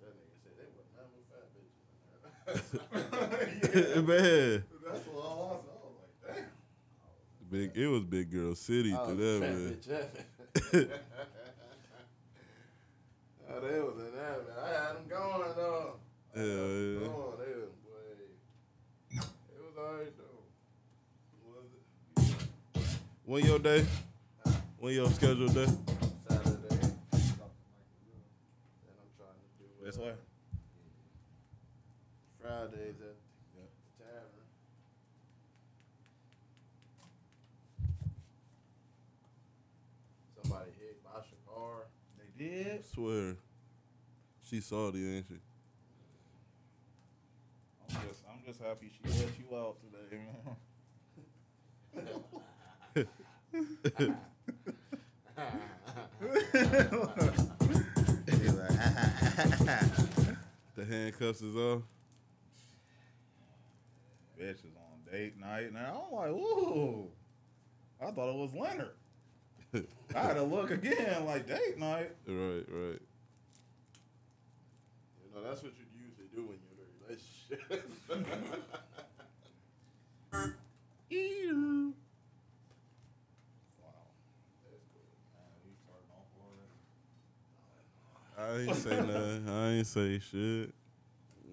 they were not with fat bitches. in there. Yeah. man, That's what all I saw. I was like, damn. big. It was big girl city I was through fat that man. bitch heaven. oh, they was in heaven. I had them going though. I had 'em Yeah, yeah. going. They was way. It was alright though. Was it? When your day? When your schedule day? Saturday. And I'm trying to do. That's uh, why. Fridays at Yep. the tavern. Somebody hit Basha car. They did. swear, she saw the ain't she? I'm just, I'm just happy she let you out today, man. The handcuffs is off. Bitch is on date night now. I'm like, ooh. I thought it was Leonard. I had to look again, like date night. Right, right. You know, that's what you usually do when you're in a relationship. Ew. Wow. I ain't say nothing. I ain't say shit.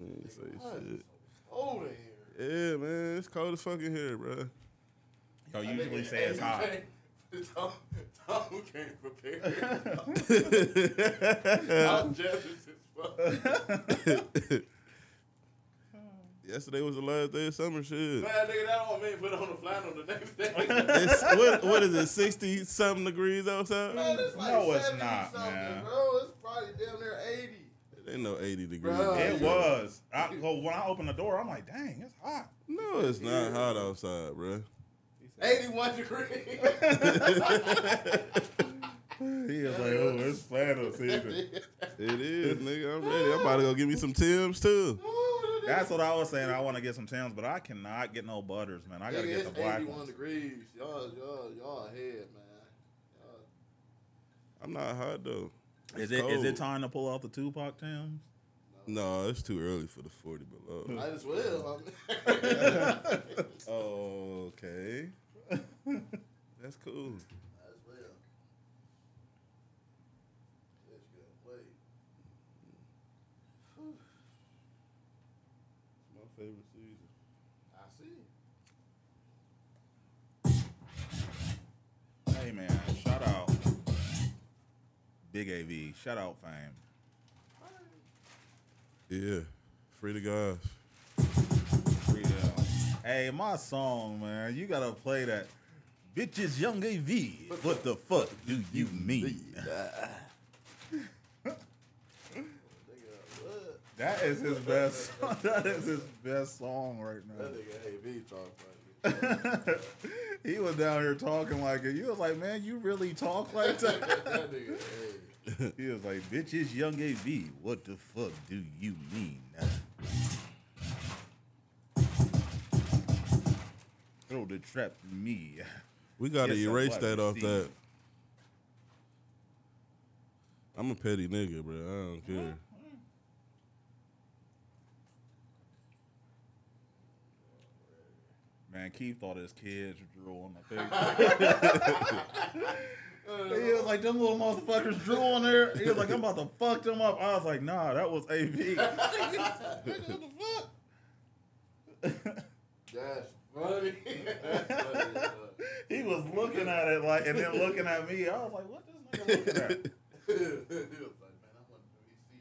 I ain't say shit. Over here. Yeah, man, it's cold as fucking here, bro. Yo, Oh, usually say it's hot. Tom, Tom came prepared. Yesterday I'm jealous as fuck. was the last day of summer. Shit. Man, nigga, that old man put on the flannel the next day. It's what? What is it? Sixty something degrees outside. Man, it's like No, it's 70 not, something, man. Bro, it's probably damn near 80. It ain't no eighty degrees. Bruh. outside. It was. I, well, when I opened the door, I'm like, dang, it's hot. No, it's not hot outside, bro. He said- 81 degrees. He is like, oh, it's flannel season. It is, nigga. I'm ready. I'm about to go get me some Tim's too. That's what I was saying. I want to get some Tim's, but I cannot get no butters, man. I gotta Nigga, get the it's black 81 ones. degrees. Y'all, y'all, y'all ahead, man. Y'all- I'm not hot though. Is it is cold. it time to pull out the Tupac Tim's? No, it's too early for the forty below. I just will. okay, that's cool. Might as well. Just gotta wait. It's my favorite season. I see. Hey man, shout out Big AV, shout out Fame. Yeah, free the guys. Free them. Hey, my song, man, you gotta play that. Bitches, young AV. What the fuck do you mean? Nigga, what? That is his best. Song. That is his best song right now. That nigga AV talk funny. he was down here talking like it. You was like, man, you really talk like that. that nigga, hey. he was like, bitch, it's young AV. What the fuck do you mean? Throw the trap to me. We gotta Yes, I erase like that to off see that. you. I'm a petty nigga, bro. I don't care. Man, Keith thought his kids drew on the picture. he was like, them little motherfuckers drew on there. He was like, I'm about to fuck them up. I was like, nah, that was AV. what the fuck? That's funny. That's funny. as fuck. he was looking at it like, and then looking at me. I was like, what this nigga looking at? he was like, man, I want to really see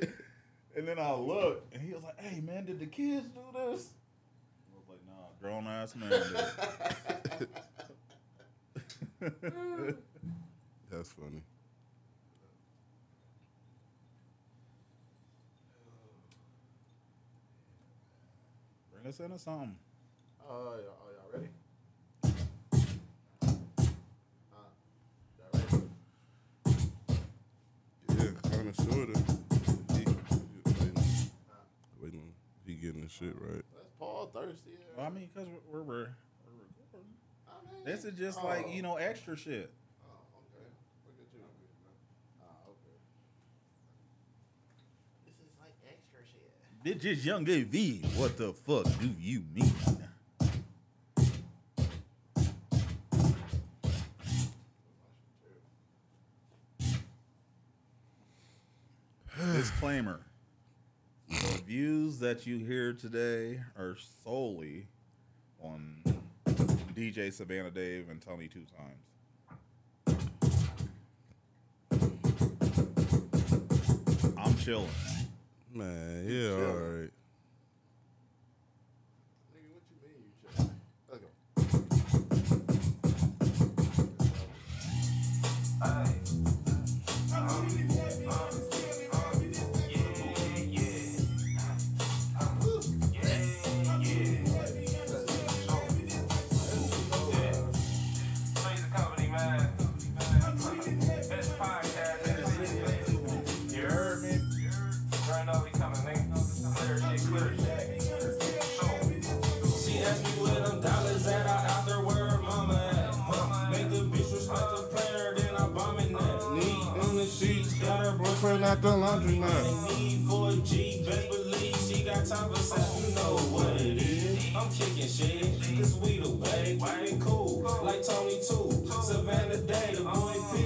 that. and then I looked, and he was like, "Hey man, did the kids do this?" I was like, "Nah, grown ass man." did it." That's funny. Bring us in or something. Oh, y'all, oh, y'all ready? Huh? Y'all ready? Yeah, kind of sorta. He- waiting- Waiting on he getting his shit right. That's Paul thirsty. yeah. Well, I mean, cause we're, we're, we're we're recording. I mean, This is just oh. like you know extra shit. Oh, okay. Look at you. Ah, okay. This is Extra shit. This is Young AV. What the fuck do you mean? Disclaimer. The views that you hear today are solely on DJ Savannah Dave and Tony Two Times. I'm chilling. Man, yeah, chill. all right. Nigga, what you mean you check? Let's go. She asked me where them dollars at. I out there where her mama at. Huh. Make the bitch respect the player, then I bomb it that. Knee on the sheets, got her boyfriend at the laundromat. Need for a G, best believe she got time for sex. You know what it is. I'm kicking shit, cause we the way. Keep it cool, like Tony too. Savannah Day, the boy P.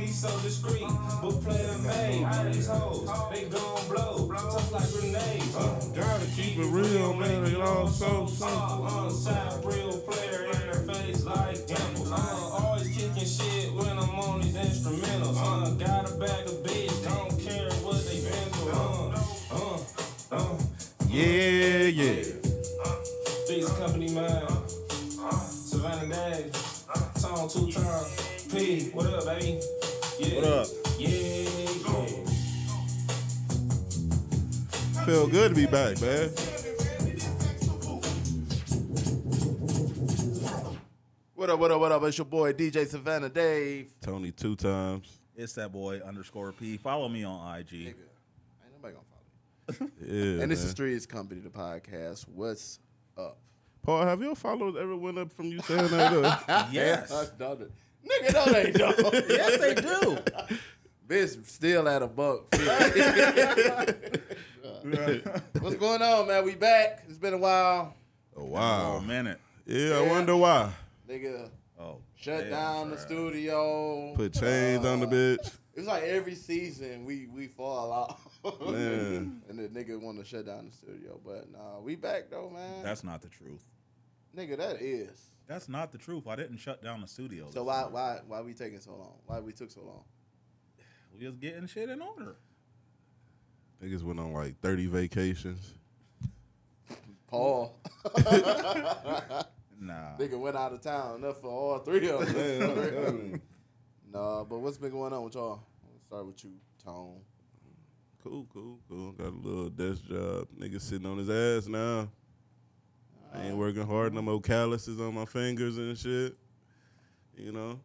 He's so discreet, but play the maid. All these hoes, they gon' blow, tough like grenades. Huh. Gotta keep it real, man. It all so simple. I'm a side real player in her face like dimples. I'm always kicking shit when I'm on these instrumentals. Uh, got a bag of bitch, don't care what they been through. Uh, uh, uh. Yeah, yeah. Beats Company Man, Savannah Day, Song Two Time, P. What up, baby? Yeah. What up? Yeah, yeah. Feel good to be back, man. What up, what up, what up? It's your boy DJ Savannah Dave. Tony two times. It's that boy underscore P. Follow me on IG. Nigga, ain't nobody gonna follow me. Yeah. and this man. is Three's Company, the podcast. What's up? Paul, have your followers ever went up from you saying that? uh, Yes. Us done it. Nigga, no, they don't. yes, they do. Bitch, still at a buck. 50. What's going on, man? We back. It's been a while. oh, Oh, wow. minute. Yeah, I Yeah. wonder why. Nigga, Oh, shut damn, down the bruh. studio. Uh, Put chains on the bitch. It's like every season we we fall off. Man. and the nigga want to shut down the studio, but nah, we back though, man. That's not the truth. nigga, that is. That's not the truth. I didn't shut down the studio. So this why morning. why why we taking so long? Why we took so long? We just getting shit in order. Niggas went on like 30 vacations. Paul, Nah. nigga went out of town. Enough for all three of us. Man, nah, but what's been going on with y'all? Let's start with you, Tone. cool, cool, cool. Got a little desk job. Nigga sitting on his ass now. I ain't working hard. No more calluses on my fingers and shit. You know?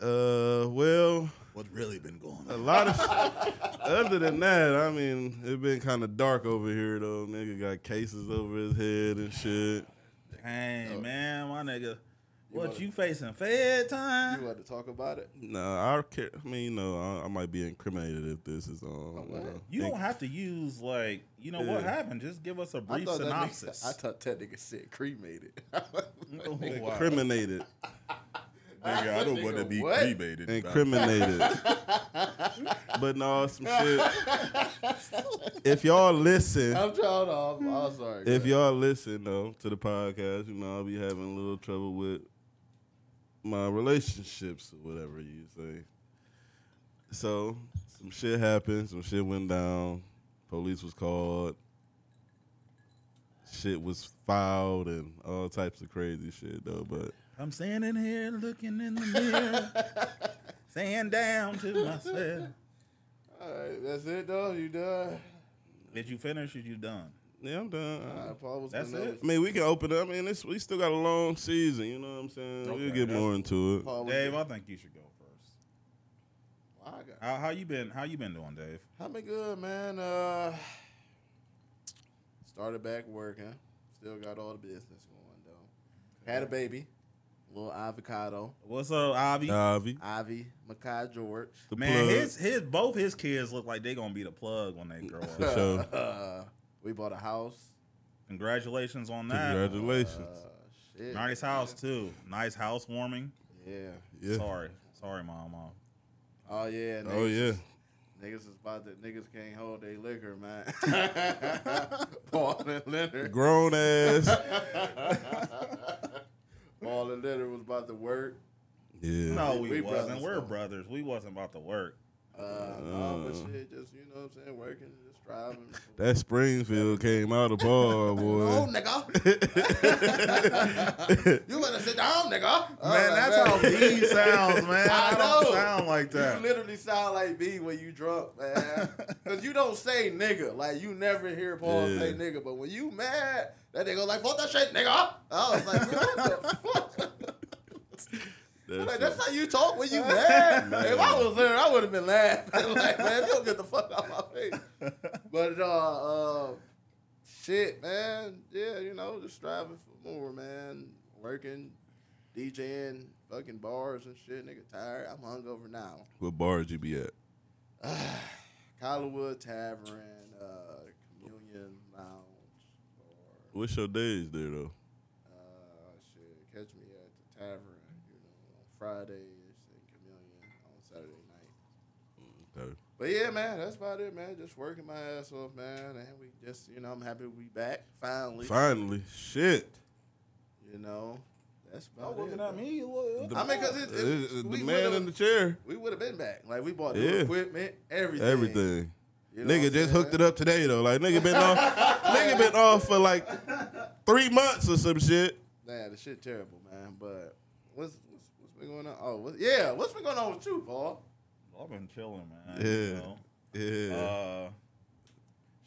Uh, well, What's really been going a lot of. other than that, I mean, it been kind of dark over here though. Nigga got cases over his head and shit. Hey, uh, man, my nigga. What wanna- you facing? Fed You uh, time? want to talk about it? Nah, I care. I mean, you know, I, I might be incriminated if this is on. you what? know. You Think- don't have to use, like, you know what Yeah. happened. Just give us a I brief thought, that synopsis. nigga, I thought that nigga said cremated. Oh, wow. incriminated, Nigga, I don't want to Nigga, be what? cremated. incriminated. but no, some shit. If y'all listen, I'm trying to. I'm, I'm sorry. if you y'all listen though to the podcast, you know I'll be having a little trouble with my relationships or whatever you say. So some shit happened. Some shit went down. Police was called. Shit was filed and all types of crazy shit though. But I'm standing here looking in the mirror, saying down to myself. all right, that's it though. You done? Did you finish? Or you done? yeah, I'm done. All right, Paul was Uh, That's gonna- it? I mean, we can open up. I mean, it's, we still got a long season. You know what I'm saying? we'll Okay, get that's- more into it. Paul was Dave, I think you should go first. Well, I got- How, how you been? How you been doing, Dave? I've been good, man. Uh, started back working. Still got all the business going though. Had a baby. Little avocado, What's up, Ivy? Ivy, Ivy, Makai George. the Man, plug. his his both his kids look like they gonna be the plug when they grow For up. sure. Uh, we bought a house. Congratulations on that. Congratulations. Uh, shit. Nice house too. Nice housewarming. Yeah. yeah. Sorry, sorry, mom. mom. Oh yeah. Niggas, Oh yeah. Niggas is about to. Niggas can't hold their liquor, man. Paul and Leonard. Grown ass. Paul and Leonard was about to work. Yeah. No, We- we, we wasn't. brothers, We're though. brothers. We wasn't about to work. Uh, no, but Uh. shit, just you know what I'm saying, working, just driving. That Springfield came out of bar, No, boy. nigga. You better sit down, nigga. Man, that's how B sounds, man. Oh, I I, don't know. sound like You that. literally sound like B when you drunk, man. Cause you don't say nigga. Like you never hear Paul Yeah. say nigga. But when you mad, that nigga like fuck that shit, nigga. I was like, what the fuck? That's Like, it. that's how you talk when you mad. Man. If I was there, I would have been laughing. like, man, you don't get the fuck out my face. But uh, uh, shit, man. Yeah, you know, just striving for more, man. Working, DJing, fucking bars and shit. Nigga, tired. I'm hungover now. what bar did you be at? Collarwood Tavern, uh, Communion Lounge, or What's your days there though? uh, shit, catch me at the tavern, you know, on Fridays and Communion on Saturday night. Okay. But yeah, man, that's about it, man. Just working my ass off, man, and we just, you know, I'm happy we back finally. Finally, shit. You know, that's about Y'all it. looking bro. at me? What- I mean, 'cause it- it- Uh, the we man would've- in the chair, We would have been back. Like we bought new Yeah. equipment, everything. everything. You know what nigga I'm just saying? hooked it up today though. Like nigga been off, nigga been off for like three months or some shit. Nah, the shit terrible, man. But what's what's, what's been going on? Oh, what, yeah, what's been going on with you, Paul? I've been chilling, man. Yeah. You know? Yeah, Uh,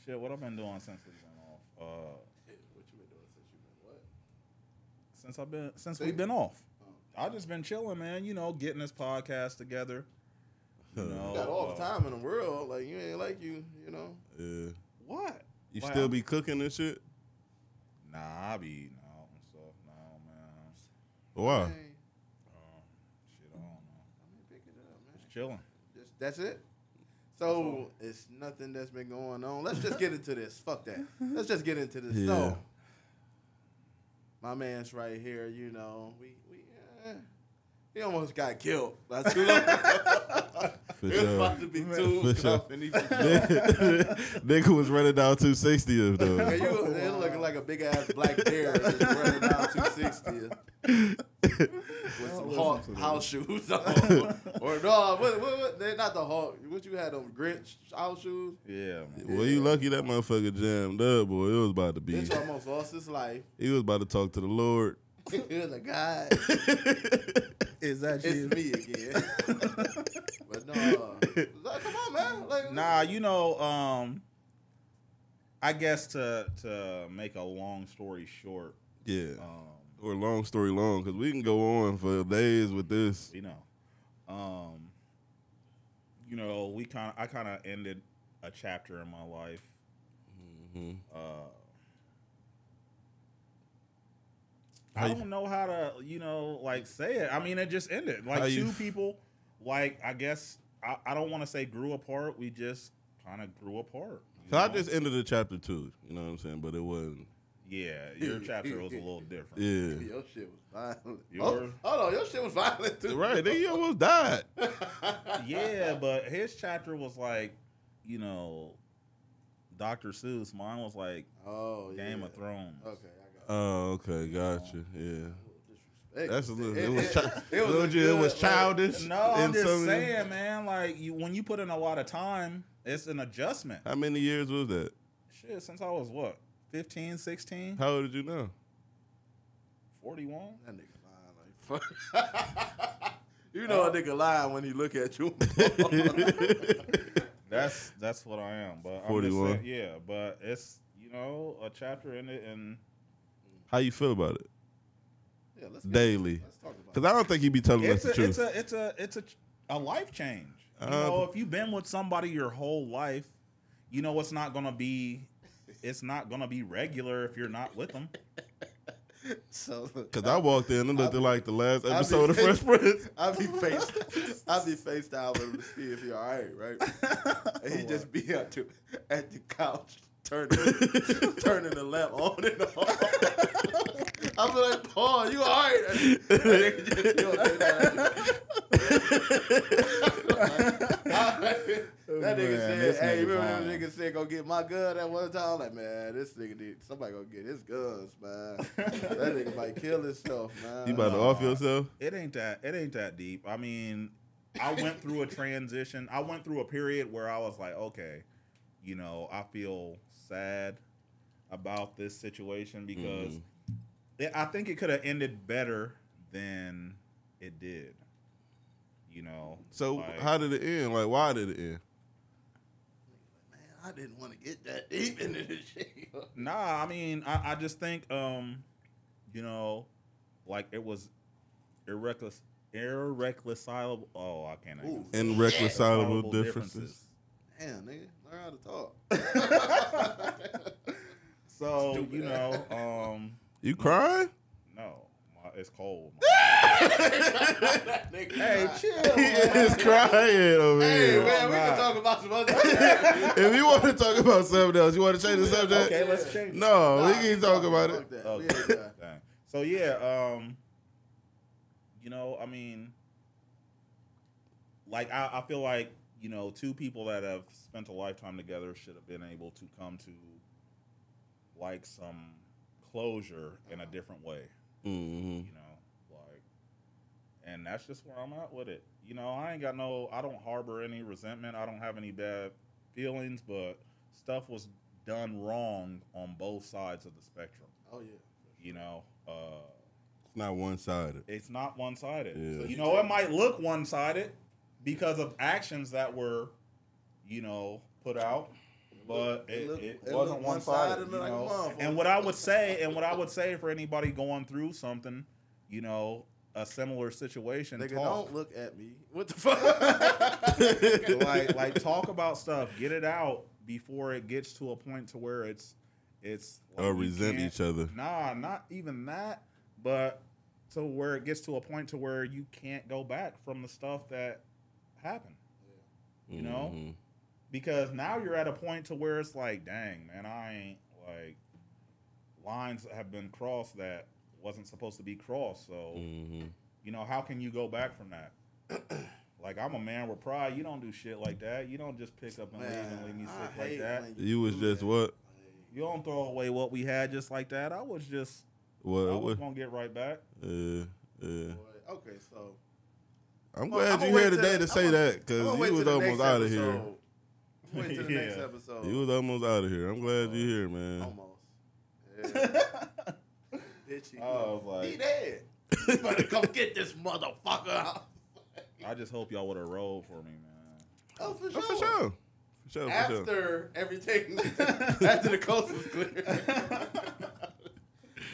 shit, what I've been doing since it went off? Uh, What you been doing since you been what? since I've been since See? we've been off, I just been chilling, man. You know, getting this podcast together. You know, You got Oh, all the uh, time in the world. Like you ain't like you, you know. yeah. What? You Wow. still be cooking and shit? Nah, I be no, so no, man. Why? Hey, Um, shit, I don't know. I mean, pick it up, man. Just chilling. Just, that's it. So it's nothing that's been going on. Let's just get into this. Fuck that. Let's just get into this. Yeah. So my man's right here. You know, we we uh, he almost got killed by two. For it was sure. about to be two. For sure. and he was nigga was running down 260 Yeah, though. you it looking like a big ass black bear just running down 260 with some Hulk house shoes on. or no, what, what, what, they not the Hulk. What you had on Grinch house shoes? Yeah, man. Well, you lucky that motherfucker jammed up, boy. It was about to be. Bitch almost lost his life. He was about to talk to the Lord. he was like, God, Is that it's me again. but no, uh, like, come on, man. Like, Nah, you know, um, I guess to to make a long story short, Yeah. um, Or long story long, because we can go on for days with this. you know, um, you know, we kind of I kind of ended a chapter in my life. Uh, How I you- don't know how to, you know, like say it. I mean, it just ended. Like How two you- people, like I guess I, I don't want to say grew apart. We just kind of grew apart. you So I know? just ended the chapter two. You know what I'm saying? But it wasn't. yeah, your chapter was a little different. Yeah. Your shit was violent. Yours? Oh, hold on, your shit was violent too. Right, nigga, you almost died. yeah, but his chapter was like, you know, Dr. Seuss. Mine was like Oh, yeah. Game of Thrones. Okay, I got Oh, okay, gotcha. Yeah. it. That's a little. It It- was. it- Chi- it was a told you it was good, like- childish. No, I'm in just some- saying, man. Like you, when you put in a lot of time, it's an adjustment. How many years was that? Shit, since I was what 15, 16, How old did you know? 41. That nigga lying like fuck. you know Uh, a nigga lying when he look at you. That's that's what I am. But 41. I'm just saying, yeah, but it's you know a chapter in it, and How you feel about it yeah, let's get- daily? Let's talk about Because I don't think you be telling us it's the a, it's truth. a it's a it's a a life change. You Uh, know, if you've been with somebody your whole life, you know it's not gonna be it's not gonna be regular if you're not with them. So Cause I walked in and looked at like the last be- episode of Fresh Prince. I'll be face I'll be FaceTime with him to see if he alright, right? And he just be up to at the couch turning turning the lamp on and off. I'm like, Paul, you alright? And then he just- he was like- Oh, that nigga Man, said, this "Hey, nigga remember that wild. nigga said go get my gun at one time?" I'm like, man, this nigga need somebody gonna get his guns, man. that nigga might kill himself, man. You about to off yourself? It ain't that. It ain't that deep. I mean, I went through a transition. I went through a period where I was like, okay, you know, I feel sad about this situation because it, I think it could have ended better than it did. You know. So like- how did it end? Like why did it end? Man, I didn't want to get that deep into this shit. Nah, I mean, I, I just think, um, you know, like it was irrecon- irreconcilable. Oh, I can't. Ooh. And Yeah. reconcilable differences. Damn, nigga, learn how to talk. So Stupid. you know, um, You crying? no, my, it's cold. nigga, hey, nah. chill. He is crying over Hey, here. man, we Nah. can talk about some other shit. If you want to talk about something else, you want to change the subject? okay, let's change. it. No, we can talk about it. Fuck that. Okay. We ain't done. Dang. So yeah, um, you know, I mean, like I, I feel like you know, two people that have spent a lifetime together should have been able to come to like some closure in a different way. Mm-hmm. you know, like, and that's just where I'm at with it. You know, I ain't got no, I don't harbor any resentment. I don't have any bad feelings, but stuff was done wrong on both sides of the spectrum. Oh yeah. You know, uh, It's not one sided. it's not one sided. Yeah. You know, it might look one sided because of actions that were, you know, put out. But It it, looked- it it wasn't looked one sided, one-sided you like a know. motherfucker. And what I would say, and what I would say for anybody going through something, you know, a similar situation, Nigga, talk don't look at me. What the fuck? like like talk about stuff, get it out before it gets to a point to where it's it's like Or you resent can't- each other. Nah, not even that, but to where it gets to a point to where you can't go back from the stuff that happened. You know? Mhm. Because now you're at a point to where it's like, dang, man, I ain't like lines have been crossed that wasn't supposed to be crossed. So Mhm. you know, how can you go back from that? like I'm a man with pride. You don't do shit like that. You don't just pick up and leave and leave me Man, sick I like hate that. when You was do just that. what? You don't throw away what we had just like that. I was just I What? was Uh, what? gonna get right back. Yeah, yeah. Boy, Okay, so I'm Well, glad I'ma you wait here till- today to say I'ma- that I'm gonna wait because you till was the next almost out of here. episode. Wait till the next Yeah. episode. You was almost out of here. I'm glad you here, man. Almost. Yeah. Bitch, he- I was like- he dead. You better come get this motherfucker out. I just hope y'all would have rolled for me, man. Oh, for Oh, sure. for sure. For sure. For sure. After everything, after the coast was clear.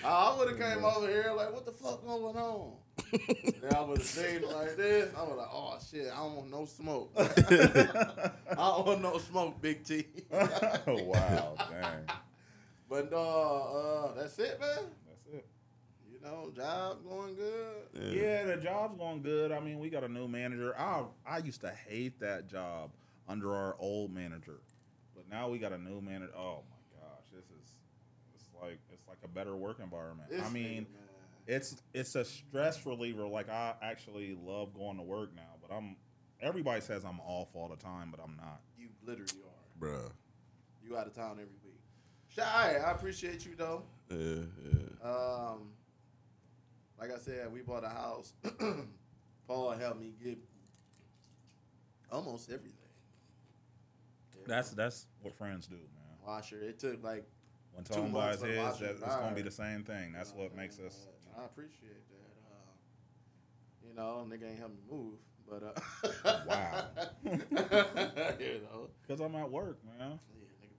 I would have came over here like, what the fuck going on? then I would have seen it like this. I would have, oh shit, I don't want no smoke. I don't want no smoke, Big T. wow, dang. but uh, uh, that's it, man. That's it. You know, job going good. Yeah, the job's going good. I mean, we got a new manager. I I used to hate that job under our old manager, but now we got a new manager. Oh my gosh, this is it's like it's like a better work environment. This I mean, nigga, man. it's it's a stress reliever. Like I actually love going to work now, but I'm everybody says I'm off all the time, but I'm not. you literally are. Bruh. You out of town every week. Shy, I appreciate you though. Yeah, yeah. Um, like I said, we bought a house. Paul helped me get almost everything. Yeah. That's that's what friends do, man. washer. It took like When Two Tom buys months of his, watching that, it's fire. gonna be the same thing. That's what makes us. I appreciate that. Um, you know, nigga ain't help me move, but uh, Wow. you know, Cause I'm at work, man. yeah, nigga,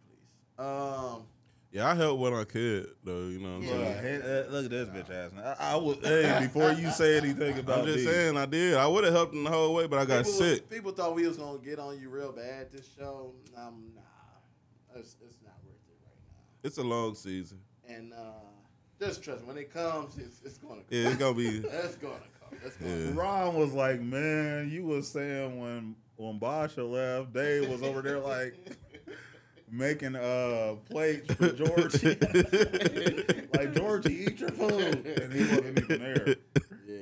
please. Um, Yeah, I helped when I could, though. You know what I'm Yeah. saying? Bruh, hey, uh, look at this bitch ass. I, I would hey before you say anything about I'm just these, saying, I did. I would have helped in the whole way, but I got people, sick. People thought we was gonna get on you real bad this show. Um, nah, it's, it's not worth it right now. It's a long season. and uh, Just trust me, when it comes, it's, it's gonna come. Yeah, it's gonna be. That's gonna come. That's gonna Yeah. come. Ron was like, "Man, you was saying when when Basha left, Dave was over there like making uh plates for Georgie, like Georgie, eat your food," and he wasn't even there. Yeah.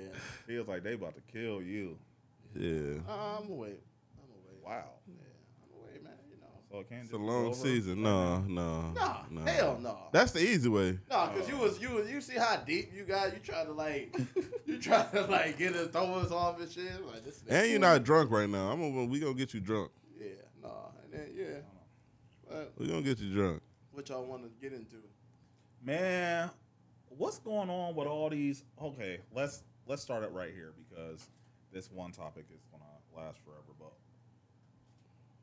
He was like, "They about to kill you." Yeah, I'm away. I'm away. Wow. Yeah, I'm away, man. You know. So it can't it's a just be long over? season. No, no, Nah, hell no. That's the easy way. No, cause you was you was you see how deep you got. You try to like, you try to like get us throw us off and shit. Like this. nigga- And you're not drunk right now. I'm gonna, we gonna get you drunk. Yeah, no, and then yeah. But We gonna get you drunk. what y'all want to get into? Man, what's going on with all these? Okay, let's let's start it right here because this one topic is gonna last forever. But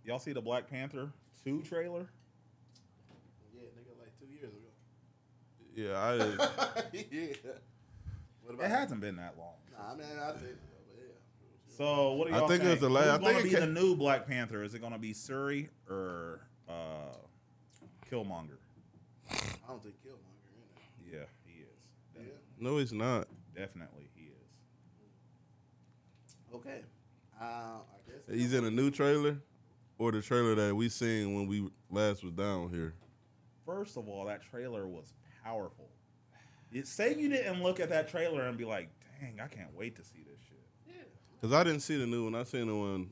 y'all see the Black Panther two trailer? Yeah, nigga, like two years ago. Yeah, I. yeah. What about? It hasn't been that long. Nah, man, I think. But yeah. So what do I y'all think it was the last- I Who's think gonna it be ca- the new Black Panther? Is it gonna be Suri or uh, Killmonger? I don't think Killmonger in Yeah, he is. it. no, it's not. Definitely, he is. Yeah. Okay. Uh, I guess. He's in a new trailer, or the trailer that we seen when we last was down here. First of all, that trailer was powerful. It, say you didn't look at that trailer and be like, "Dang, I can't wait to see this shit." Yeah. Cause I didn't see the new one. I seen the one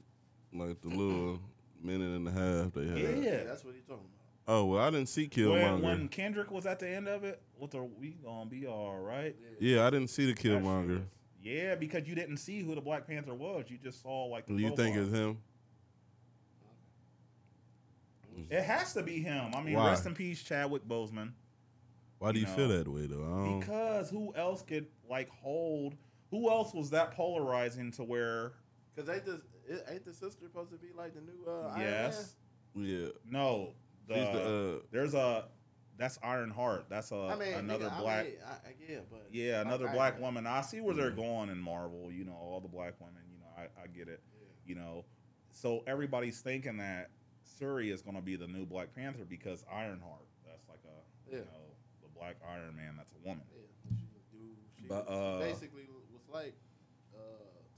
like the little minute and a half they had. Yeah, Yeah. that's what he talking about. Oh well, I didn't see Killmonger. When, when Kendrick was at the end of it, what the we gonna be all right? yeah, I didn't see the That shit Killmonger. was- Yeah, because you didn't see who the Black Panther was. You just saw like. The Do you think profile. it's him? It has to be him. I mean, Why? rest in peace, Chadwick Boseman. Why do you No. feel that way though? I don't, Because who else could like hold? Who else was that polarizing to where? Cause ain't this it- ain't the sister supposed to be like the new uh, yes. yeah, No. The, He's the, uh, there's a. That's Iron Heart. That's a Iron Man? I mean, uh, another nigga, black. I mean, I, I, yeah, but yeah, another I- I- black woman. I see where they're going in Marvel. You know, all the black women. You know, I, I get it. Yeah. You know, so everybody's thinking that Suri is going to be the new Black Panther because Ironheart. That's like a Yeah. you know the Black Iron Man. That's a woman. Yeah, she was dude. She But, was- she uh, basically was like uh,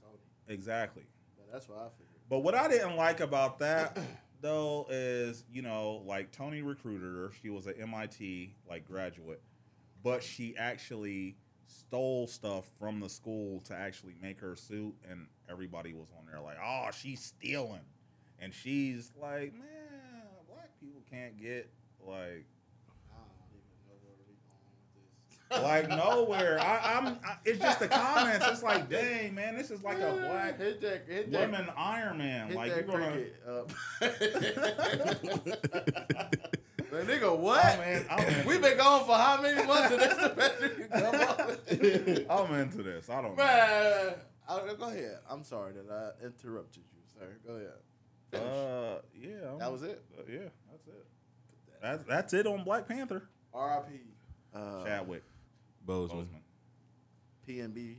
Tony. Exactly. But that's what I figured. But what I didn't like about that though is, you know, like Tony recruited her. She was a MIT like graduate, but she actually stole stuff from the school to actually make her suit, and everybody was on there like, "Oh, she's stealing," and she's like, "Man, black people can't get like." I don't even know where we going with this. Like nowhere, I, I'm. I, it's just the comments. It's like, dang, man, this is like a black hit that hit that woman Iron Man. hit Like you're that gonna cricket up. uh, Like, nigga, what? I'm in- I'm in. we been gone for how many months? And that's the best you can come up with. I'm into this. I don't know. Man, I- go ahead. I'm sorry that I interrupted you, sir. Go ahead. Finish. Uh, yeah. I'm- that was it. uh, yeah, that's it. That's, that's it on Black Panther. R.I.P. Uh, Chadwick Bozeman. Boseman. P&B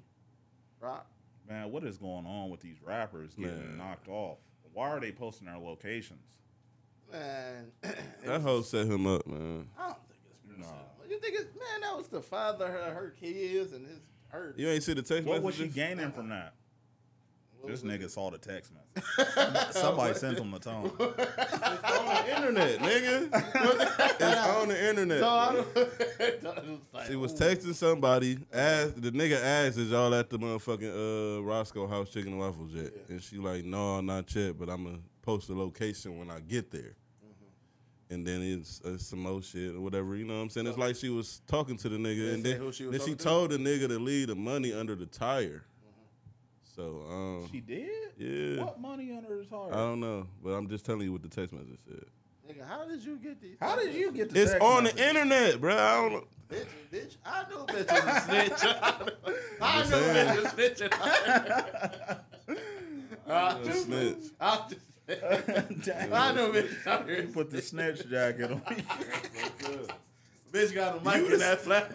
Rock. Man, what is going on with these rappers getting Man. knocked off? Why are they posting their locations? Man, That hoe set him up, man. I don't think it's Bruce. Nah. Almighty. You think it's man? That was the father, her, her kids, and his her. You ain't see the text messages? What was she gaining from that? what This was nigga saw the text message. Somebody sent him the tone. on the internet, nigga. it's on the internet. it? So I don't. it was like, She was ooh. texting somebody. Asked the nigga asked, "Is y'all at the motherfucking uh, Roscoe House Chicken and Waffles yet?" Yeah. And she like, "No, not yet, but I'ma post the location when I get there." Mm-hmm. And then it's, it's some old shit or whatever. You know what I'm saying? It's like she was talking to the nigga, Did and it say then who she was then she told talking the nigga to leave the money under the tire. Mm-hmm. So um, She did? yeah, What money under his heart? I don't know, but I'm just telling you what the text message said. Nigga, how did you get these? How did you get the It's text on message? the internet, bro. I don't know. Bitch, bitch, I knew bitch was a snitch. I Just knew saying. bitch was snitching. I A just, snitch. I just, Dang. I knew bitch. out You here put the snitch jacket on. Bitch got a mic in that flat.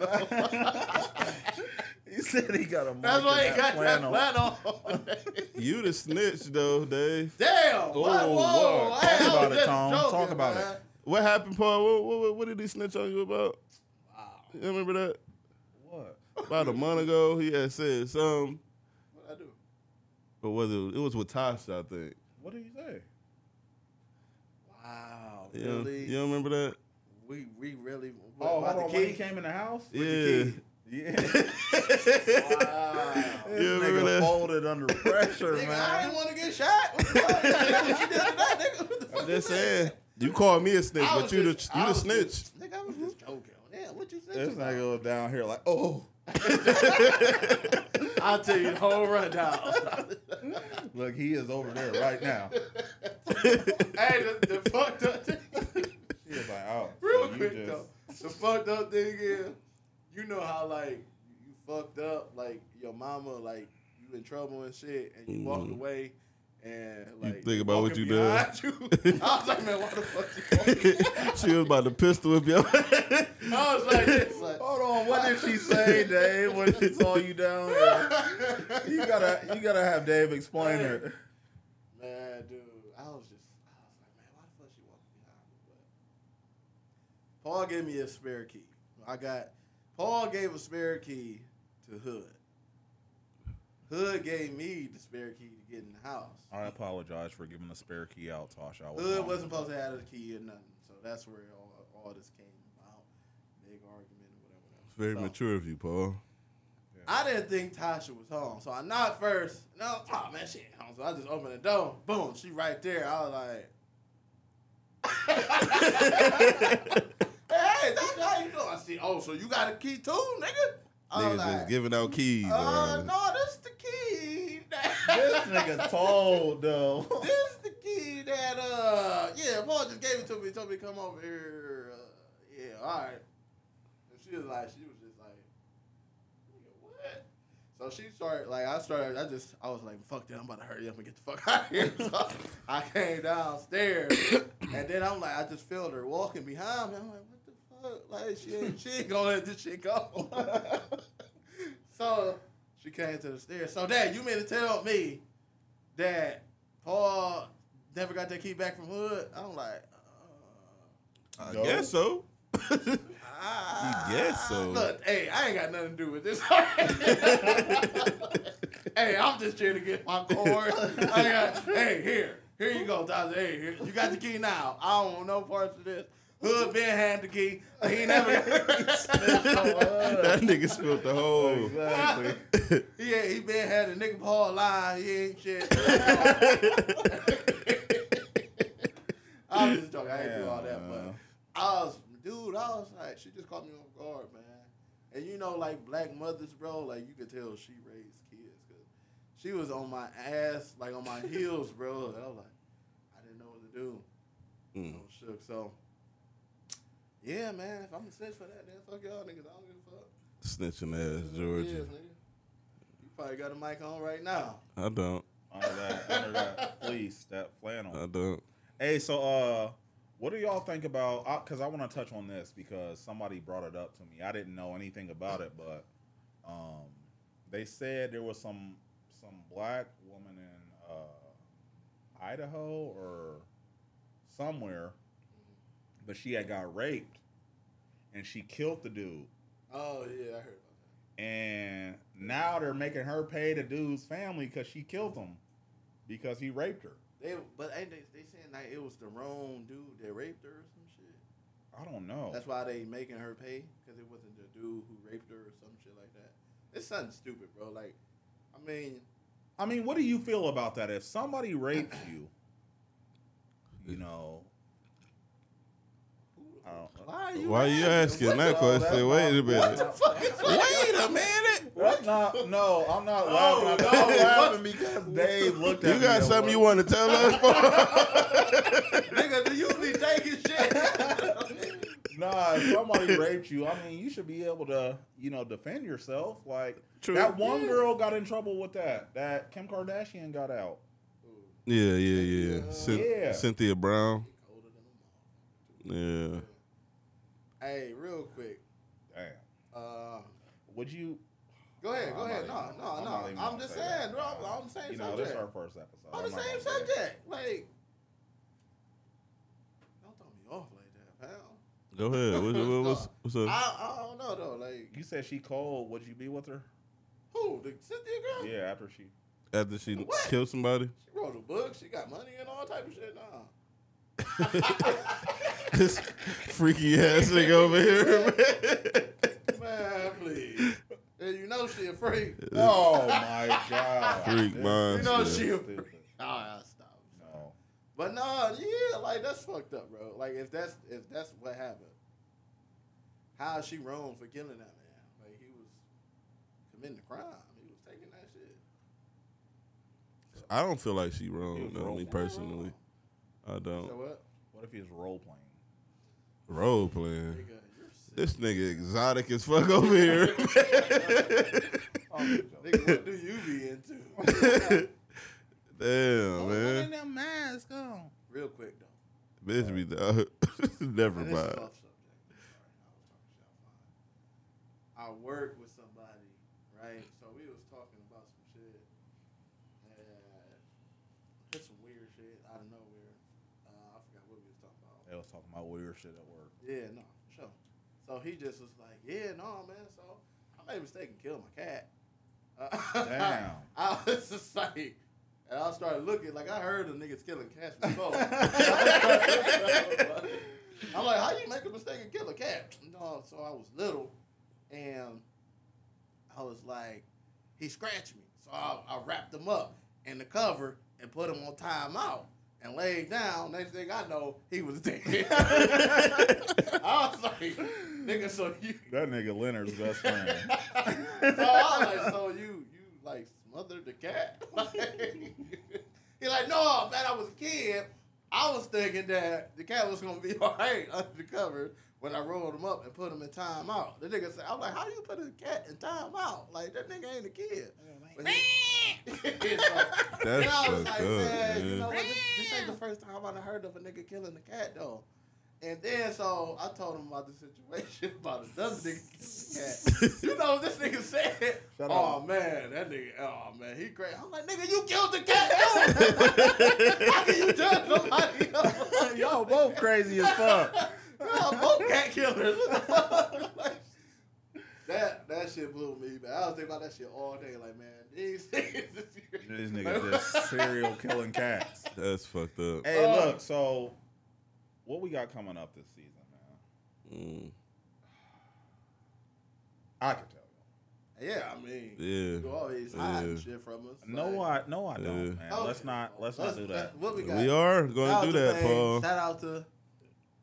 he said he got a mic That's why he and got that flannel. flat on. You the snitch though, Dave. Damn! Oh, what? Whoa! Lord. Hey, Talk I was about it, just Tom. joking, Talk about man. it. What happened, Paul? What, what, what did he snitch on you about? Wow. You remember that? What? About a month ago, he had said something, What I do? but whether it was with Tasha, I think. What did you say? Wow, You, don't- really? you don't remember that? We we really. Oh, about hold on. the When he key? came in the house. yeah. Yeah. Wow. You don't remember nigga that? folded under pressure, Nigga, I man. didn't want to get shot. What the fuck? That's what you did tonight, nigga. What the fuck you I'm just did? saying. You called me a snitch, I but was you the just- you I the was snitch. just- Nigga, I was just joking. Yeah, what you This said? nigga was down here like, oh, I'll tell you the whole rundown. look, he is over there right now. hey, the, the fucked up thing. She was like, oh, so Real you quick just- though, the fucked up thing is, you know how like you fucked up, like your mama, like you in trouble and shit, and you walked Mm-hmm. Mhm. away. And You like think about what walking you done. behind you. I was like, man, what the fuck you? walking? she was about to pistol whip your I was like, this, like Hold on, what did she say, Dave? When she saw you down here? You gotta, you gotta have Dave explain her. Man, dude, I was just, I was like, man, why the fuck she walking behind me? But Paul gave me a spare key. I got, Paul gave a spare key to Hood. Hood gave me the spare key to get in the house. I apologize for giving the spare key out, Tosh. I was Hood wrong. wasn't supposed to have the key or nothing, so that's where all, all this came about. Big argument or whatever. whatever. Very So- mature of you, Paul. I didn't think Tasha was home, so I knocked first. No, oh man, she ain't home. So I just opened the door. Boom, she right there. I was like, "Hey, Tasha, how you doing?" I see. Oh, so you got a key too, nigga? I Niggas was like, just giving out keys. "Uh, man. no, this the key. This nigga told though. this the key that uh, yeah, Paul just gave it to me. Told me to come over here. Uh, yeah, all right. And she was like, she was just like, nigga, what? So she started like I started. I just I was like, fuck that. I'm about to hurry up and get the fuck out of here. So I came downstairs, and then I'm like, I just felt her walking behind me. I'm like, what the fuck? Like she ain't she ain't gonna let this shit go. so she came to the stairs. So dad, you mean to tell me that Paul never got that key back from Hood? I'm like. uh, I No. guess so. I guess so. ah. Look, hey, I ain't got nothing to do with this. hey, I'm just trying to get my cord. I got, hey, here, here you go, Dodger. Hey, here, you got the key now. I don't want no parts of this. Hood been had the key. He never. that nigga spilled the whole. Exactly. yeah, he been had a nigga Paul line. He ain't shit. I'm just joking. I ain't do all that, but. I was, dude, I was like, she just caught me off guard, man. And you know, like black mothers, bro, like you could tell she raised kids because she was on my ass, like on my heels, bro. And I was like, I didn't know what to do. I Mm. was shook. So, yeah, man, if I'm a snitch for that, then fuck y'all niggas. I don't give a fuck. Snitching ass Yeah, Georgia. nigga. You probably got a mic on right now. I don't. Under that, under that fleece, that flannel. I don't. Hey, so uh, what do y'all think about? Because I, want to touch on this because somebody brought it up to me. I didn't know anything about it, but um, they said there was some some black woman in uh, Idaho or somewhere, but she had got raped, and she killed the dude. Oh, yeah, I heard about And now they're making her pay the dude's family because she killed him because he raped her. that. They, but ain't they, they saying like it was the wrong dude that raped her or some shit? I don't know. That's why they making her pay because it wasn't the dude who raped her or some shit like that. It's something stupid, bro. Like, I mean, I mean, what do you feel about that? If somebody rapes you, you know, who, I don't- why are you? Why you asking that Well, that's question? Wait a What not- the minute. fuck is Wait a minute. what? Not, no, I'm not Oh, laughing. no, I'm what? laughing because Dave looked at You me. got that something way. you want to tell us? Nigga, do you be taking shit? Nah, if somebody raped you, I mean, you should be able to, you know, defend yourself. Like True. that one Yeah. girl got in trouble with that. That Kim Kardashian got out. Yeah, yeah, yeah. Cyn- Yeah. Cynthia Brown. Yeah. hey, real quick. Damn. Uh, Would you? go ahead, go I'm ahead. No, not even- no, I'm no. not I'm, even gonna just say that. saying, bro. I'm on the same You know, subject. this is our first episode. on the I'm not same gonna say it. subject. Like, don't throw me off like that, pal. Go ahead. What, what, what's, what's up? I, I don't know. now though. Like You said she cold. Would you be with her? who? The Cynthia girl? Yeah, after she. After she What? killed somebody, She wrote a book. She got money and all type of shit. Nah. this freaky ass nigga over here, Man, please. And you know she afraid. Oh my god. Freak This mind You is know shit. she afraid. stupid. Nah, I stop. No. But nah, yeah, like that's fucked up, bro. Like if that's if that's what happened, how is she wrong for killing that man? Like he was committing a crime. He was taking that shit. I don't feel like she He wrong. was No, me wrong. personally, I So don't. what? What if he was role playing? Role playing. Nigga, you're sick. This nigga exotic as fuck over here. Oh, Nigga, what do you be into? Damn, Oh, man. that mask on. Real quick though. Bitch be dog. Never And this is off subject. I'm mind. sorry. I was talking shit offline. I work with somebody, right? So we was talking about some shit. And it's some weird shit out of nowhere. Uh, I forgot what we was talking about. They was talking about weird shit at work. Yeah, no, for sure. So he just was like, yeah, no, man. So I made a mistake and killed my cat. Uh, Damn. I was just like, and I started looking like I heard the niggas killing cats before. I'm like, how you make a mistake and kill a cat? No, so I was little, and I was like, he scratched me, so I, I wrapped him up in the cover and put him on timeout and laid down. Next thing I know, he was dead. I was like, nigga, so you That nigga Leonard's best friend. so I was like, so you you like smothered the cat? he like, no, man, I was a kid. I was thinking that the cat was gonna be alright under the covers when I rolled him up and put him in timeout. The nigga said, I'm like, how you put a cat in timeout? Like that nigga ain't a kid. But he- So- That's and I was like, fucked up, man, you man. know what? This, this ain't the first time I've heard of a nigga killing a cat though. And then so I told him about the situation about another nigga killing a cat. You know what this nigga said? Shut oh up. man, that nigga. Oh man, he great. I'm like, nigga, you killed the cat too. How can you judge somebody else? Y'all both crazy as fuck. Y'all both cat killers. What the fuck? Like, that that shit blew me, man. I was thinking about that shit all day. Like, man, these niggas. is This nigga just serial killing cats. That's fucked up. Hey, Oh. look. So, what we got coming up this season, man? Mm. I can tell you. Yeah, I mean, Yeah. you always hide Yeah. shit from us. No, like- I no, I don't, Yeah. man. Let's not Oh, let's not do that. What we got? We are Shout going to out do that, Fang. Paul. Shout out to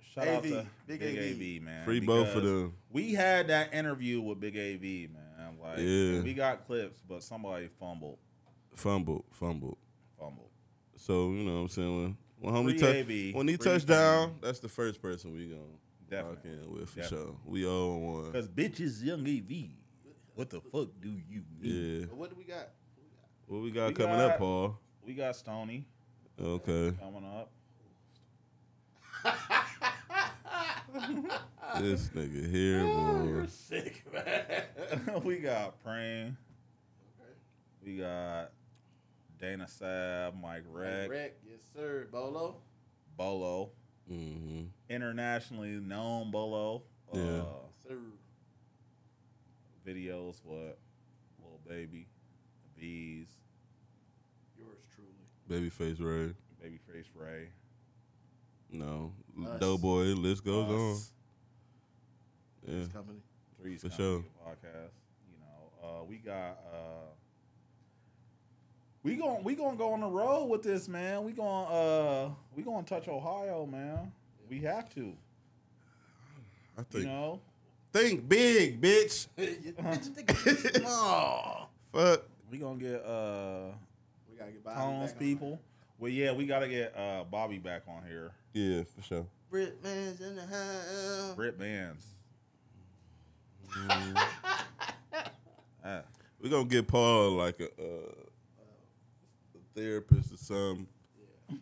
Shout out AV, to Big Big, AV. AV. man. Free both of because them. We had that interview with Big AV, man. Like Yeah. we got clips, but somebody fumbled, Fumbled, fumbled. fumbled. So you know what I'm saying when, when homie Free touch AB, when he free touch Fang. down, that's the first person we gonna lock Definitely. in with for Definitely. sure. We all one. Cause bitch is young AV. What the fuck do you need? Yeah. what do we got? What we got We coming got- up, Paul? We got Stony Okay. coming up. this nigga here, boy. sick, man. we got Praying. Okay. We got Dana Sab, Mike Reck, Wreck. yes sir. Bolo. Bolo. hmm Internationally known Bolo. Yeah. Uh, Yes, sir. videos with Lil Baby, V's, Yours truly. Babyface Ray. Babyface Ray. No. Us. Doughboy. List goes us, on. Yeah. This company. Three's For for sure. podcast. You know, uh, we got uh, we going we gonna go on the road with this man. We going uh we gonna touch Ohio, man. We have to, I think. you know. Think big, bitch. You think it's small. Fuck. We gonna get uh We gotta get by. Tones people. Well, yeah, we gotta get uh Bobby back on here. Yeah, for sure. Brit man's in the house. Britt Bands. Ah, We're gonna get Paul like a, uh, a therapist or something.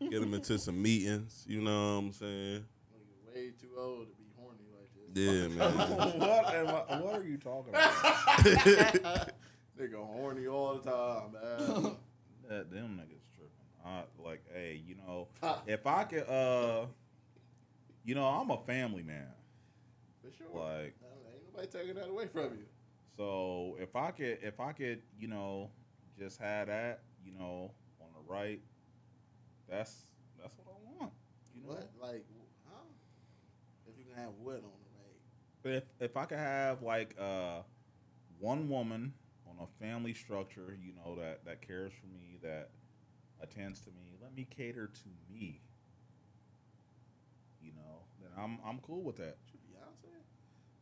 Yeah. Get him into some meetings. You know what I'm saying? Nigga way too old to be horny like this. Yeah, man. what am I, what are you talking about? Nigga horny all the time, man. That them niggas tripping. I, like, hey, you know, if I could, uh, you know, I'm a family man. For sure. Like, Ain't Nobody taking that away from you. So if I could, if I could, you know, just have that, you know, on the right, that's that's what I want. You know, What? Like, huh? If you can have what on the if if I could have like uh, one woman on a family structure, you know, that that cares for me, that attends to me, let me cater to me. You know, then I'm I'm cool with that.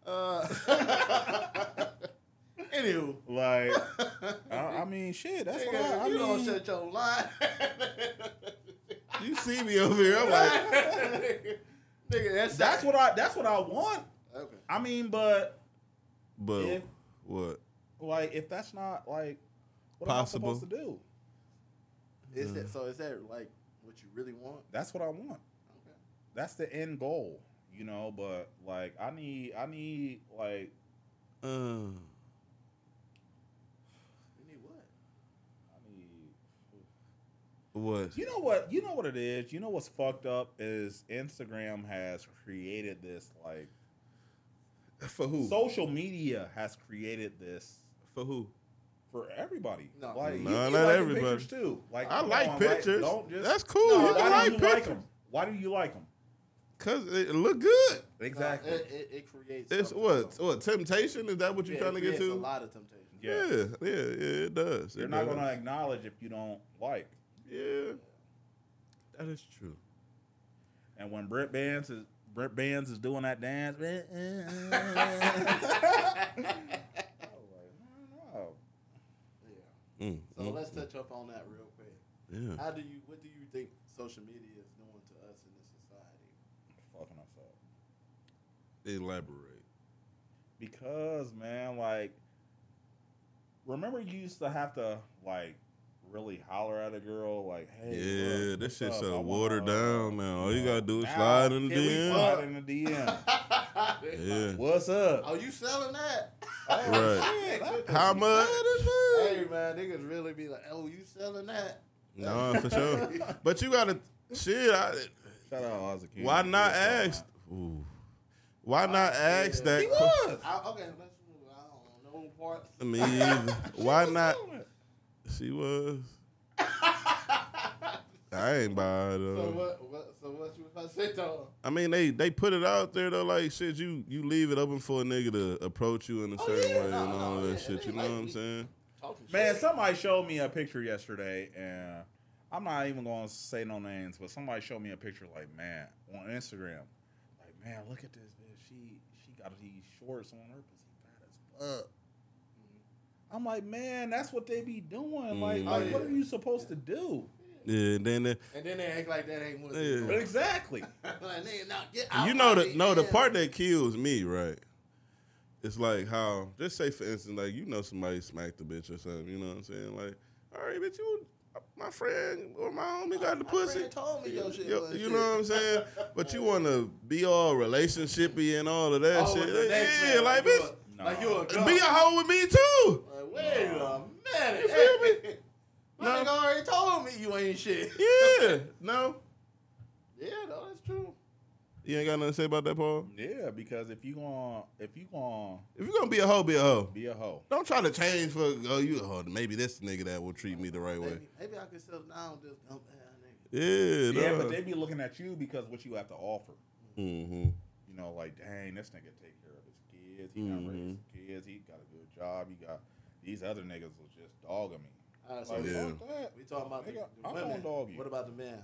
Beyonce? Uh, anywho. Like, I, I mean, shit, that's what I, I you mean. don't shut your line. You see me over here. I'm like, nigga, that's That's what I that's what I want. Okay. I mean, but but If- what? like if that's not like what am I Possible. supposed to do? Is Mm. that so? Is that like what you really want? That's what I want. Okay. That's the end goal, you know. But like, I need I need like Uh, You need what? I need. what? You know what? You know what it is. You know what's fucked up is Instagram has created this like For who? social media has created this For who? for everybody. No. like, No, you- not you liking everybody. pictures too. Like I come like on, pictures. don't just That's cool. No, you why can do like you pictures. like them? Why do you like them? Cause it look good. Exactly. No, it, it, it creates. It's something, what? so- What temptation? Is that what you're Yeah, trying to it get creates to? A lot of temptation. yeah. yeah, yeah, yeah, It does. You're It not does. gonna acknowledge if you don't like. Yeah, that is true. And when Brett Bands is Brett Bands is doing that dance, eh, I was eh. like, "No, Yeah. Mm, So mm, let's touch up on that real quick. yeah. How do you? What do you think social media is doing to us in this society? no." Fucking us up. Elaborate. Because man, like, remember you used to have to like really holler at a girl, like, "Hey, yeah, look, this what's shit's up? I so wanna- watered down now. All you Yeah. gotta do is Now, slide in the can we DM. slide in the DM. Yeah. What's up? Are Oh, you selling that? Oh, Right. shit, that- How much? Hey man, niggas really be like, oh, you selling that? No, for sure. But you gotta shit. I, Shout out Ozzy King. why He not was selling ask? Ooh. Why not ask yeah. that? He que- was. I, okay, let's move. I don't know parts. Me either. Why not? selling it. She was. I ain't buy her So though. what? what so what you if I said to him? I mean, they they put it out there though, like shit. You you leave it open for a nigga to approach you in a Oh, certain yeah, way no, and no, all that yeah, shit. they You know like what I'm me. saying? Talking Man, shit. somebody showed me a picture yesterday, and I'm not even going to say no names, but somebody showed me a picture like, man, on Instagram, like, man, look at this bitch. She she got these shorts on her pussy fat as fuck. I'm like, man, that's what they be doing. Like, Mm. like Oh, what yeah. are you supposed to do? Yeah. Then the, and then they act like that ain't what. Yeah. they doing. Exactly. like, nigga, now get out you know my the no the DM. part that kills me right. It's like how just say for instance like you know somebody smacked the bitch or something. You know what I'm saying? Like all right, bitch, you my friend or my homie got the My pussy. friend told me your shit Yo- was shit. you Oh, know what I'm saying? But you want to be all relationshipy and all of that Oh, shit. with the next yeah, man, like you bitch, a- Like you a be girl. a hoe with me too. Like, wait a minute. You feel me? Hey, My No. nigga already told me you ain't shit. Yeah, no, Yeah, no, that's true. you ain't got nothing to say about that, Paul. Yeah, because if you gonna if you gonna If you're gonna be a hoe, be a hoe. be a hoe, Don't try to change for oh you a hoe. Maybe this nigga that will treat me the right way. Maybe, maybe I could settle down with this dumb ass nigga. Yeah, yeah, no. but they be looking at you because what you have to offer. hmm you know, like, dang, this nigga take care of his kids. He got raised Mm-hmm. kids. He got a good job. He got these other niggas was just dogging me. All right, so Like, we- Oh, Yeah. fuck that. we talking about the, Nigga, the I'm women. gonna dog you. What about the men?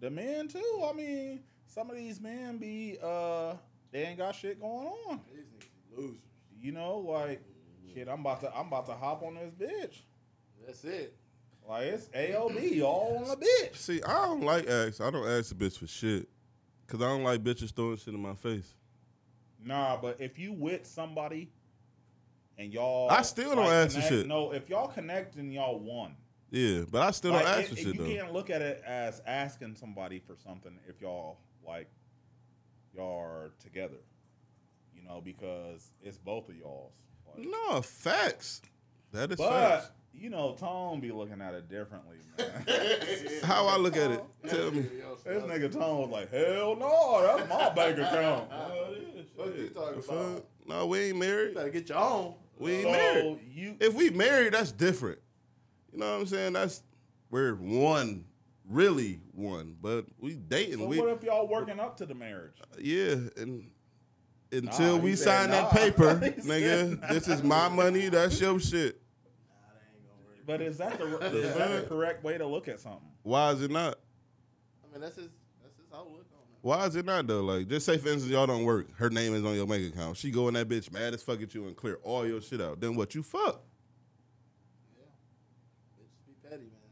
The men too. I mean, some of these men be uh, they ain't got shit going on. These niggas losers. You know, like, Mm-hmm. shit, I'm about to, I'm about to hop on this bitch. That's it. Like it's AOB all on the bitch. See, I don't like ask. I don't ask a bitch for shit, cause I don't like bitches throwing shit in my face. Nah, but if you with somebody and y'all, I still don't ask for connect- shit. No, if y'all connect and y'all won. Yeah, but I still don't Like, ask for it- it- shit you though. can't look at it as asking somebody for something if y'all like y'all are together, you know, because it's both of y'all's. Like, No, facts. That is facts. but you know, Tone be looking at it differently, man. this How I look at it. Tell me. Yo, son. nigga Tone was like, "Hell no, that's my bank account." But fuck you talking The fuck? about? No, we ain't married. You better get your own. We ain't So, married. You, If we married, that's different. You know what I'm saying? That's we're one, really one. But we dating. So we what if y'all working up to the marriage? yeah, and until Nah, we he sign said that nah. paper, He nigga, this is my money. That's your shit. But is that the is that the correct way to look at something? Why is it not? I mean, that's his, that's his outlook on it. Why is it not though? Like, just say for instance, y'all don't work. Her name is on your bank account. She go in that bitch mad as fuck at you and clear all your shit out. Then what? You fuck. Bitches be petty, man.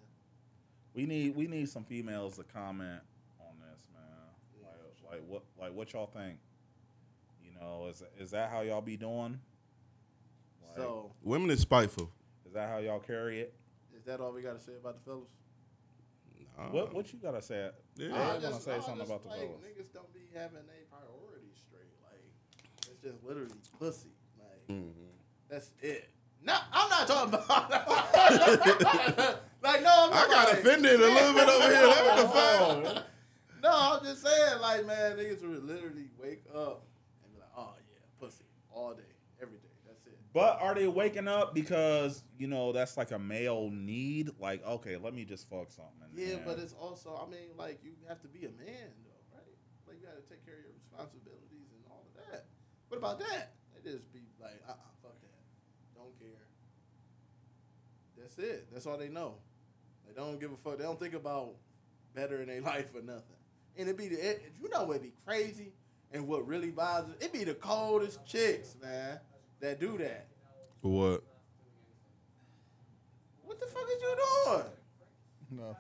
We need we need some females to comment on this, man. Like, like what like what y'all think? You know, is is that how y'all be doing? Like, So, Women is spiteful. is that how y'all carry it? is that all we got to say about the fellas? Nah. What what you gotta say? Yeah. I I want to just- I say something just about the like, fellas. Niggas don't be having their priorities straight. Like it's just literally pussy. Like that's it. No, I'm not talking about. like no, I'm I not got like- offended a little bit over here. What the fuck? No, I'm just saying, like man, niggas would literally wake up and be like, oh yeah, pussy all day, every day. That's it. But are they waking up because you know that's like a male need? Like, okay, let me just fuck something. and Yeah, then- but it's also, I mean, like you have to be a man though, right? Like you got to take care of your responsibilities and all of that. What about that? They just be like, uh, uh fuck that, don't care. That's it. That's all they know. They don't give a fuck. They don't think about better in their life or nothing. And it be the, it, you know what be crazy and what really bothers it be the coldest chicks, man, that do that. What? What the fuck is you doing, no.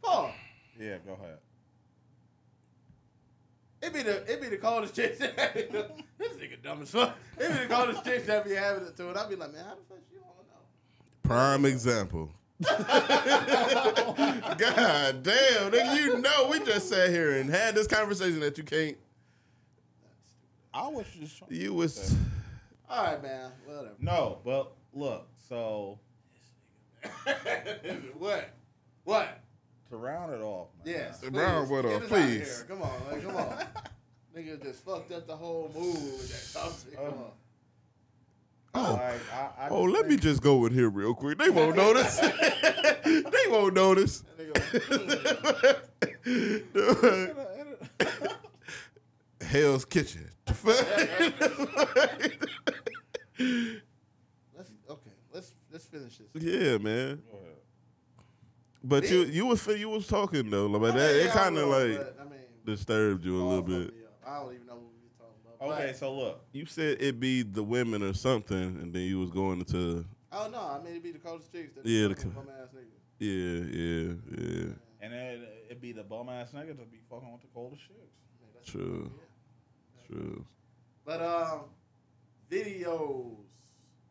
Paul? Yeah, go ahead. It be the it be the coldest chicks. that- this nigga dumb as fuck. It be the coldest chicks that be having it to it. I be like, man, how the fuck you don't know? Prime example. God damn, nigga, you know we just sat here and had this conversation that you can't. I was just trying. You was All right, man, whatever. No, but look, so what? What? to round it off, man. Yes. The brown please. with Get us her, out of please. here. Come on, like, come on. nigga just fucked up the whole move with that toxic. Come on. oh Like, I, I oh. Let me think- just go in here real quick. They won't notice. they won't notice. That nigga. Hell's Kitchen. Let's okay. Let's let's finish this. yeah, man. Go ahead. But you you was you was talking though, like that. Yeah, It kind I of will, like but, I mean, disturbed you a little Paul bit. fucked me up. I don't even know what we talking about. but- Okay, so look, You said it be the women or something, and then you was going into Oh no, I mean it'd be the coldest chicks that Yeah, yeah, the the co- bum ass nigga. yeah, yeah, yeah. and then it'd be the bum ass nigga to be fucking with the coldest chicks. Man, that's- True, yeah. true. But um, videos,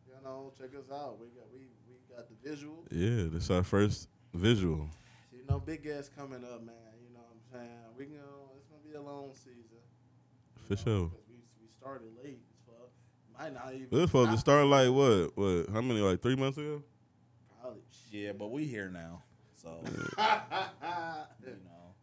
you know, check us out. We got we we got the visual. Yeah, that's our first visual. You know, big guests coming up, man. You know what I'm saying? We gonna it's gonna be a long season. you For know, sure. 'cause We we started late as fuck. Might not even. It was supposed to stop, start like what? What? How many? Like three months ago? Probably. Yeah, but we here now, so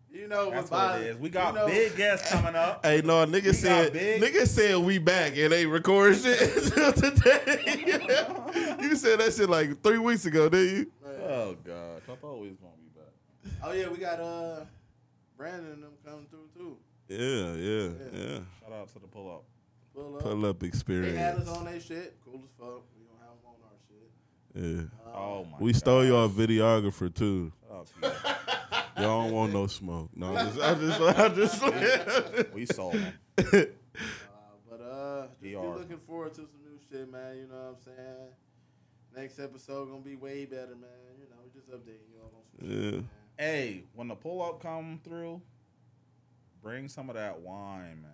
you know you know that's what what it bothers- is. We got you know- big guests coming up. Hey, no, We nigga got said big. nigga said we back and ain't recording shit until today. you said that shit like three weeks ago, didn't you? Man. Oh god, I thought we was gonna be back. Oh yeah, we got uh, Brandon and them coming through too. Yeah, yeah, yeah. Shout out to the pull up. Pull up. Pull up They had us experience. on their shit. Cool as fuck. We don't have them on our shit. Yeah. Um, Oh my. We stole God. y'all videographer too. Shout out to Y'all don't want no smoke. No, I just, I just, I just. you. we sold them. uh, but uh, just be DR. looking forward to some new shit, man. You know what I'm saying? Next episode gonna be way better, man. You know, we just updating y'all on some shit, Yeah. man. Hey, when the pull up come through, bring some of that wine, man.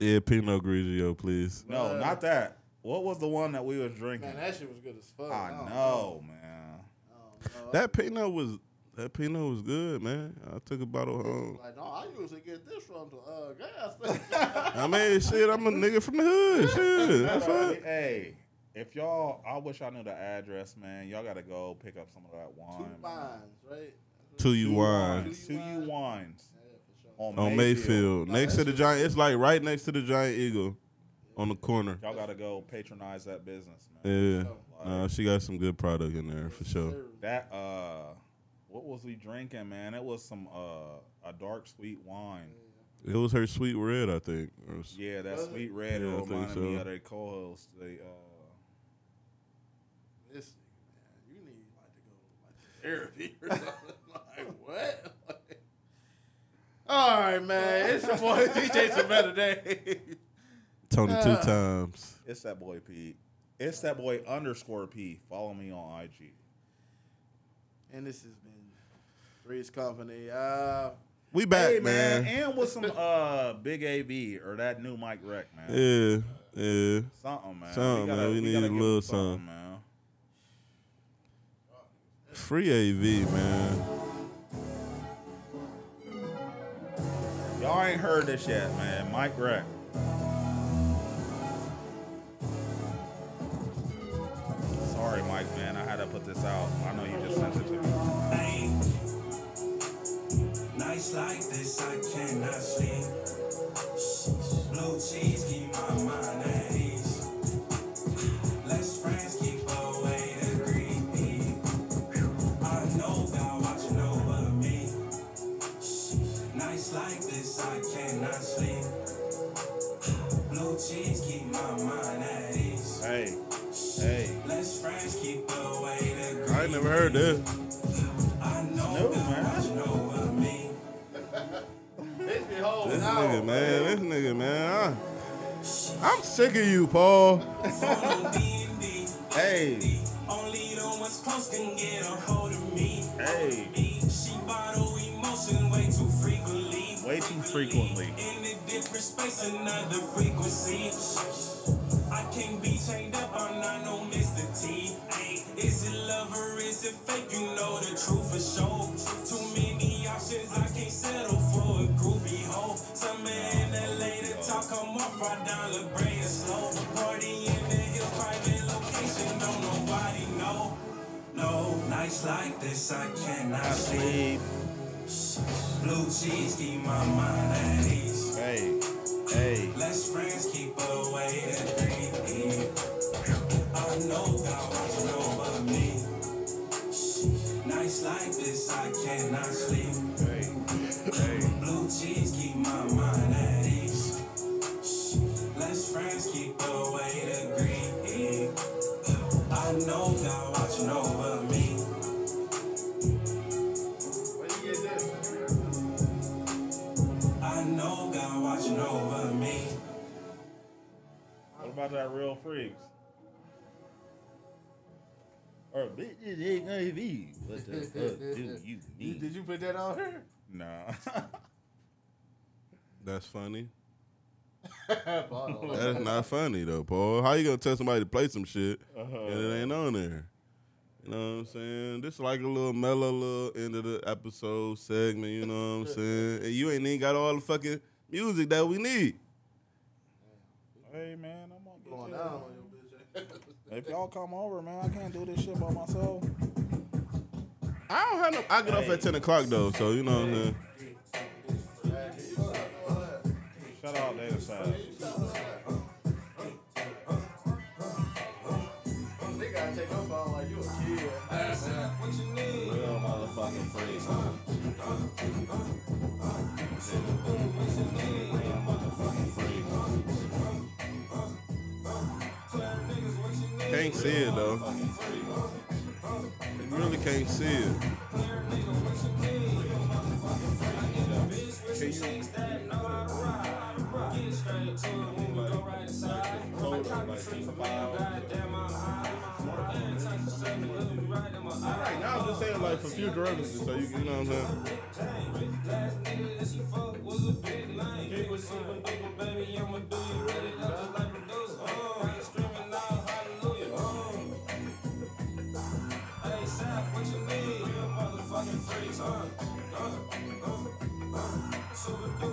yeah, Pinot Grigio, please. No, Right. not that. What was the one that we was drinking? Man, that shit was good as fuck. I don't know, man. I don't know. That Pinot was, that Pinot was good, man. I took a bottle home. Like, no, I usually get this from the uh, gas station. I mean, shit, I'm a nigga from the hood. Shit, that's Hey, it. Hey, if y'all, I wish I knew the address, man. Y'all gotta go pick up some of that Two wine. man. mines, right? Two you wine Wines. Two you wines Yeah, for sure. on, on Mayfield, next to the Giant. It's like right next to the Giant Eagle. on the corner. Y'all gotta go patronize that business, man. Yeah, nah, she got some good product in there for sure. That uh, what was we drinking, man? It was some uh, a dark sweet wine. It was her sweet red, I think. Or s- Yeah, that Was it? sweet red. Yeah, I it think reminded me so. of their co-host. They uh, This nigga, man, you need like to go like therapy or something. like what? Like, all right, man. It's your boy DJ Savannah Day. Tony Uh. two times. it's that boy Pete. It's that boy underscore P. Follow me on IG. and this has been Three's Company. Uh, We back, hey man. man. and with some uh big AB or that new Mike Rec, man. Yeah, yeah. Something, man. Something, man. We need gotta a give little him something. man. Free AV, man. Y'all ain't heard this yet, man. Mike Rec. Sorry, Mike, man. I had to put this out. I know you just sent it to me. Nights like this, I cannot sleep. Blue cheese keep my mind at ease. Less friends keep away the greed. I know God watching over me. Nights like this, I cannot sleep. Blue cheese keep my mind at ease. Hey, hey. Less friends keep away the greed. I ain't never heard this. I know No, God man. watching over me. this be whole This hour, nigga, man. This nigga, man. I, I'm sick of you, Paul. D&D. Hey, Only the ones close can get a hold of me. hey. She bottle emotion way too frequently. Way too frequently. In a different space, another frequency. I can't be chained up, I'm not no Mr. T. Ay, Is it love or is it fake? You know the truth for sure. Too many options, I can't settle for a groupie hoe. Summer in LA, the talk I'm off, I down La Brea slow. Party in the hills, private location, don't nobody know. No, nights like this, I cannot sleep. Blue cheese keep my mind at ease. Hey, hey. Less friends keep away the greed. I know God watching over me. Nights like this, I cannot sleep. Blue cheese keep my mind at ease. Less friends keep away the greed. I know God watching over me. Where you get this? I know God watching over me. What about that real freaks? Or bitches ain't gonna be. What the fuck do you You- need? Did you put that on here? Nah. That's funny. Hold on. That's not funny though, Paul. How you gonna tell somebody to play some shit Uh-huh. and it ain't on there? You know what I'm saying? This like a little mellow little end of the episode segment, you know what I'm saying? And you ain't even got all the fucking music that we need. hey man, I'm gonna get Going you. down on your bitch. If y'all come over, man, I can't do this shit by myself. I don't have no I get off at ten o'clock though, so you know what I'm saying? Shout out Data Science. They gotta take your phone like you a kid. Real motherfucking freaks. Can't see it though. You really can't see it. Right now, I'm just saying like for future references, so you, can- you know what I'm saying. Super duper